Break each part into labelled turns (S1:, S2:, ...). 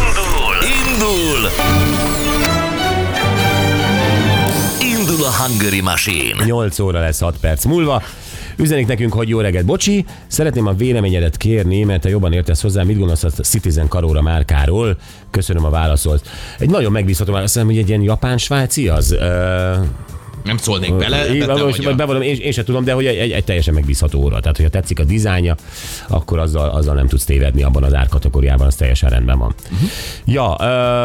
S1: Indul! Indul! Indul a Hungary Machine!
S2: 8 óra lesz 6 perc múlva. Üzenik nekünk, hogy jó reggelt, bocsi, szeretném a véleményedet kérni, mert te jobban értesz hozzá, mit gondolsz a Citizen Karóra márkáról. Köszönöm a válaszolt. Egy nagyon megbízható válasz, azt hiszem, hogy egy ilyen japán-svájci az. Ö,
S3: Nem szólnék bele.
S2: Így
S3: de
S2: van,
S3: te
S2: most
S3: vagy a-
S2: bevallom, én, én sem tudom, de hogy egy, egy, egy teljesen megbízható óra. Tehát, hogyha tetszik a dizájnja, akkor azzal, azzal nem tudsz tévedni abban az árkategóriában, az teljesen rendben van.
S3: Mhm.
S2: Uh-huh. Ja,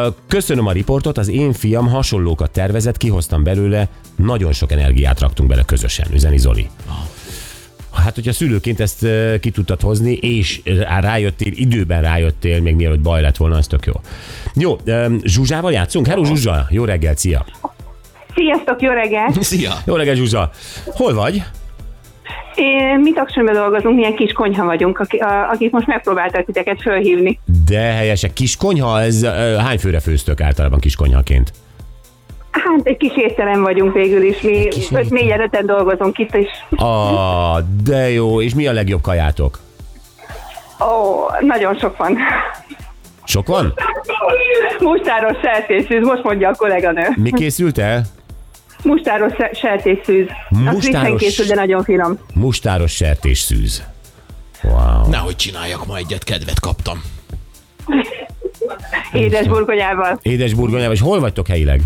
S2: ö, köszönöm a riportot, az én fiam hasonlókat tervezett, kihoztam belőle, nagyon sok energiát raktunk bele közösen, üzeni Zoli.
S3: Ah.
S2: Hát, hogyha szülőként ezt ö, ki tudtad hozni, és rá- rájöttél, időben rájöttél, még mielőtt baj lett volna, az tök jó. Jó, ö, Zsuzsával játszunk? Hello Zsuzsa, jó reggel, szia!
S4: Sziasztok, jó reggelt!
S3: Szia!
S2: Jó reggel Zsuzsa, hol vagy?
S4: Én, mi taksonyban dolgozunk, milyen kis konyha vagyunk, aki, a, akik most megpróbáltak titeket fölhívni.
S2: De helyesek. Kis konyha, ez ö, hány főre főztök általában kis konyhaként?
S4: Hát egy kis étterem vagyunk végül is, mi
S2: kis
S4: öt- négyen öten dolgozunk itt is.
S2: A, de jó. És mi a legjobb kajátok?
S4: Ó, nagyon sok van.
S2: Sok van?
S4: Mustáros sertészűz, most mondja a kolléganő.
S2: Mi készült el?
S4: Mustáros se- sertészűz.
S2: Mustáros-
S4: Az frissen készül, de nagyon finom.
S2: Mustáros sertés szűz. Wow.
S3: Nehogy csináljak ma egyet, kedvet kaptam.
S4: Édes burgonyával.
S2: Édes burgonyával, és hol vagytok helyileg?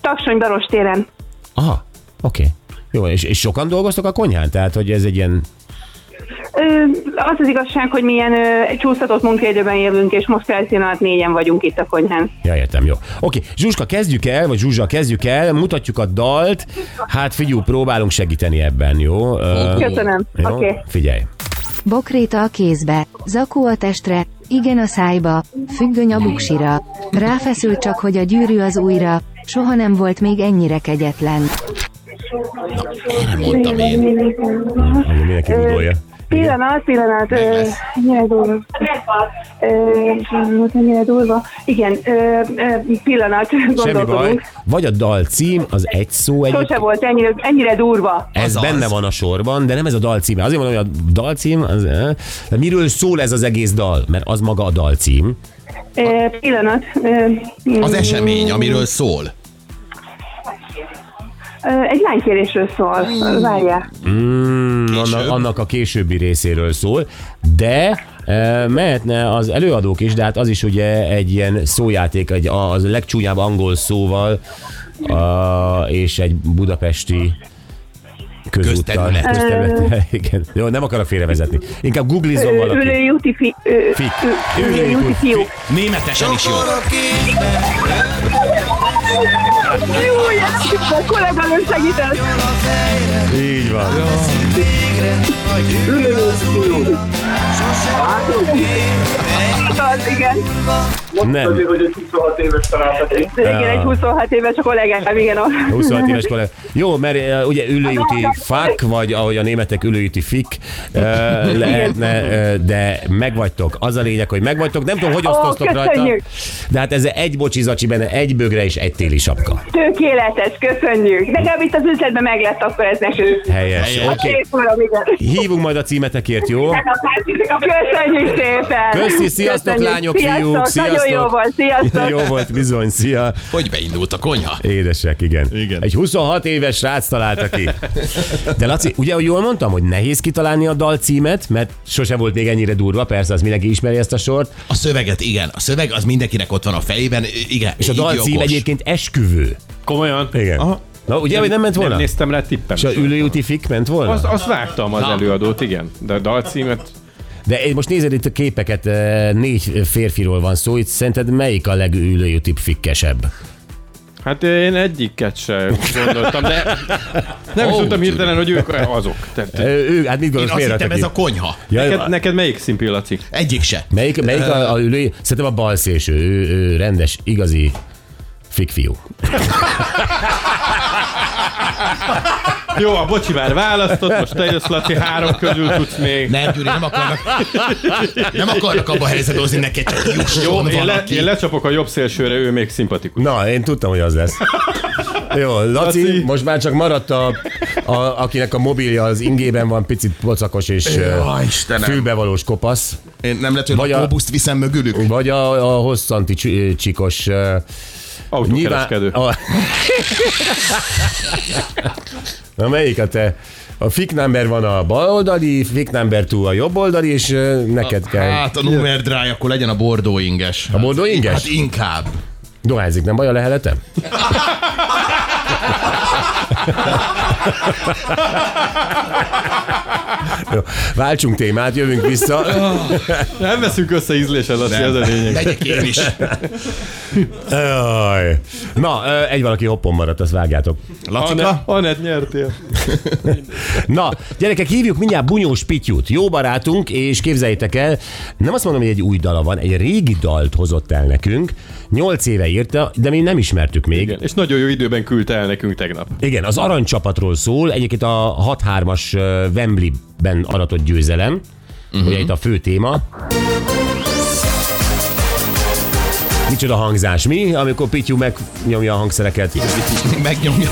S4: Taksony Baros téren.
S2: Aha, oké. Okay. Jó, és, és sokan dolgoztok a konyhán? Tehát, hogy ez egy ilyen...
S4: Ö, az az igazság, hogy milyen ö, csúsztatott munkaidőben élünk, és most felszín alatt négyen vagyunk itt a konyhán.
S2: Ja, értem, jó. Oké, okay. Zsuska, kezdjük el, vagy Zsuzsa, kezdjük el, mutatjuk a dalt. Hát figyú, próbálunk segíteni ebben, jó? Ö,
S4: Köszönöm.
S2: jó?
S4: Oké. Okay.
S2: Figyelj.
S5: Bokréta a kézbe, zakó a testre, igen a szájba, függöny a buksira. Ráfeszül csak, hogy a gyűrű az újra, soha nem volt még ennyire kegyetlen.
S3: Nem mondtam én.
S2: Ugye Mindenki gondolja.
S4: Pillanat, pillanat, ö,
S3: lesz.
S4: ennyire durva. Ö, pillanat, ennyire durva. Igen, ö, ö, pillanat,
S2: Semmi baj.
S4: gondolkodunk.
S2: Vagy a dal cím, az egy szó egy.
S4: Sose volt ennyire, ennyire durva.
S2: Ez az
S3: Az az.
S2: benne van a sorban, de nem ez a dalcíme. Azért mondom, hogy a dalcím, az, eh? de miről szól ez az egész dal? Mert az maga a dalcím.
S4: Ö, pillanat. Ö,
S2: Mm.
S3: Az esemény, amiről szól.
S4: ö, egy lánykérésről szól. Várjál.
S2: Mm, annak, annak a későbbi részéről szól, de eh, mehetne az előadók is, de hát az is ugye egy ilyen szójáték, egy a- az legcsúnyább angol szóval, a, és egy budapesti közúttal.
S3: Közterület.
S2: Közterület. Igen. Jó, nem akarok félrevezetni. Inkább googlizom
S4: Ö,
S2: valaki.
S4: Ülői úti fi- ö,
S2: Fik.
S4: ö, ülői úti fiúk.
S3: Németesen is jó.
S4: Júj, a kolléganő segített.
S2: Így van.
S4: Az, Hát, igen.
S2: Nem.
S6: Azért, hogy egy 26 éves találtak én.
S4: Igen, egy 26 éves a kollégám, igen. ott.
S2: 26 éves kollég. Jó, mert eh, ugye ülőjúti fák, vagy ahogy a németek ülőjúti fik eh, lehetne, eh, de megvagytok. Az a lényeg, hogy megvagytok. Nem tudom, hogy
S4: Ó,
S2: osztoztok rajta.
S4: köszönjük.
S2: De hát ez egy bocsizacsi benne, egy bögre és egy téli sapka.
S4: Tökéletes, köszönjük. Legalább itt az üzletben meg lett, akkor ez nekünk.
S2: Helyes.
S3: Helyes.
S2: Oké. Okay.
S4: Két uram, igen.
S2: Hívunk majd a címetekért, jó?
S4: Köszönjük szépen!
S2: Köszi, sziasztok,
S4: Köszönjük.
S2: lányok,
S4: sziasztok,
S2: fiúk,
S4: Nagyon jó
S2: sziasztok.
S4: volt, sziasztok!
S2: Jó volt, bizony, szia.
S3: Hogy beindult a konyha?
S2: Édesek, igen.
S3: Igen.
S2: Egy 26 éves srác találta ki. De Laci, ugye ahogy jól mondtam, hogy nehéz kitalálni a dal címet, mert sose volt még ennyire durva, persze, az mindenki ismeri ezt a sort.
S3: A szöveget, igen. A szöveg az mindenkinek ott van a fejében, igen.
S2: És a dal
S3: így
S2: cím
S3: jogos.
S2: egyébként esküvő.
S7: Komolyan?
S2: Igen. Aha. Na, ugye, hogy nem ment volna?
S7: Nem néztem le tippem.
S2: És a ülőjúti fik ment volna?
S7: Azt, azt vágtam az
S3: Na.
S7: előadót, igen. De a dalcímet
S2: De én most nézed itt a képeket, eh, négy férfiról van szó, itt szerinted melyik a legülőjúti fikkesebb?
S7: Hát én egyiket se gondoltam, de nem is
S3: Ó,
S7: tudtam hirtelen,
S3: Gyuri.
S7: hogy ők azok. Tehát
S2: Ö, Ő, hát mit
S3: Én
S2: gondolsz,
S3: azt
S2: miért
S3: hittem, ez
S2: rakta
S3: a
S2: ki?
S3: konyha.
S2: Jaj,
S7: neked, neked melyik szimpi, Laci?
S3: Egyik se.
S2: Melyik, melyik a, a ülő? Szerintem a bal szélső, ő, ő rendes, igazi fikfiú.
S7: Jó, a bocsi már választott, most te jössz, Laci, három közül tudsz még.
S3: Nem, Gyuri, nem akarnak, nem akarnak abba a helyzetbe hozni neked, csak jusson
S7: Jó, én, le,
S3: valaki.
S7: én lecsapok a jobb szélsőre, ő még szimpatikus.
S2: Na, én tudtam, hogy az lesz. Jó, Laci, Laci.
S7: Laci.
S2: most már csak maradt a, a, akinek a mobilja az ingében van, picit pocakos és ö,
S3: Jaj, Istenem.
S2: fülbevalós kopasz.
S3: Én nem lehet, hogy
S2: Vagy
S3: Vagy
S2: a-
S3: a kóbuszt viszem mögülük.
S2: Vagy a, a hosszanti csi- csikos... ö,
S7: Autókereskedő.
S2: A... Na melyik a te? A fik number van a baloldali, fik number two a jobboldali, és ö, neked kell...
S3: Hát a Nowhere Dry, akkor legyen a bordó inges.
S2: A bordó inges?
S3: Hát inkább.
S2: Dohányzik, nem baj a leheletem? Jó, váltsunk témát, jövünk vissza.
S7: Nem veszünk össze ízlésen, Laci, ez a lényeg.
S3: Megyek én is.
S2: Jaj. Na, ö, egy valaki hoppon maradt, azt vágjátok.
S3: Lacika?
S7: Anett nyertél.
S2: Na, gyerekek, hívjuk mindjárt Bunyós Pityút, jó barátunk, és képzeljétek el, nem azt mondom, hogy egy új dala van, egy régi dalt hozott el nekünk, nyolc éve írta, de mi nem ismertük még.
S7: Igen, és nagyon jó időben küldte el nekünk tegnap.
S2: Igen, az aranycsapatról szól, egyébként a 6-3-as ö, Wembley-ben aratott győzelem, uh-huh. ugye itt a fő téma. Micsoda hangzás mi, amikor Pityu megnyomja a hangszereket.
S3: Megnyomja.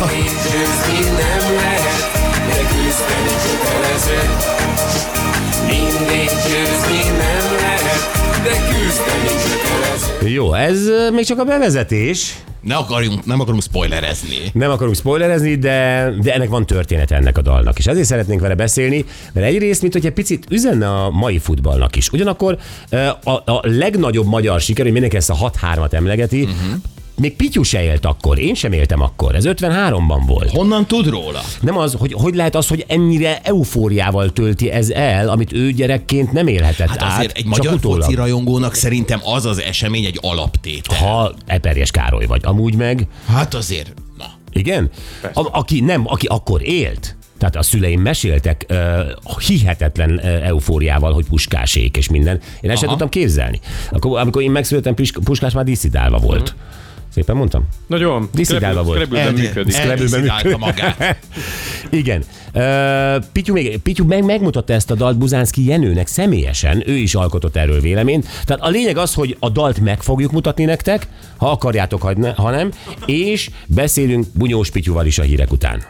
S2: Jó, ez ö, még csak a bevezetés.
S3: Ne akarjunk, nem akarunk spoilerezni.
S2: Nem akarunk spoilerezni, de, de ennek van története ennek a dalnak, és ezért szeretnénk vele beszélni, mert egyrészt, mint hogy egy picit üzenne a mai futballnak is. Ugyanakkor ö, a, a legnagyobb magyar siker, hogy mindenki ezt a 6-3-at emlegeti,
S3: Mhm.
S2: uh-huh. még Pityu se élt akkor, én sem éltem akkor, ez 53-ban volt.
S3: Honnan tud róla?
S2: Nem az, hogy hogy lehet az, hogy ennyire eufóriával tölti ez el, amit ő gyerekként nem élhetett
S3: Hát
S2: át,
S3: azért egy magyar
S2: csak utólag.
S3: foci rajongónak szerintem az az esemény egy alaptétel.
S2: Ha Eperjes Károly vagy, amúgy meg,
S3: Hát azért, na.
S2: Igen? A, aki nem, aki akkor élt. Tehát a szüleim meséltek uh, hihetetlen uh, eufóriával, hogy puskásék és minden. Én ezt sem
S3: Aha.
S2: tudtam képzelni. Akkor, amikor én megszülettem, Pis- puskás már diszidálva volt. Szépen mondtam?
S7: Nagyon.
S2: Diszidálva volt.
S7: Skrebülben működik.
S2: Eldi-
S3: Eldiszidálta magát.
S2: Igen. Uh, Pityu, még, Pityu meg, megmutatta ezt a dalt Buzánszki Jenőnek személyesen, ő is alkotott erről véleményt. Tehát a lényeg az, hogy a dalt meg fogjuk mutatni nektek, ha akarjátok, ha ne- ha nem, és beszélünk Bunyós Pityuval is a hírek után.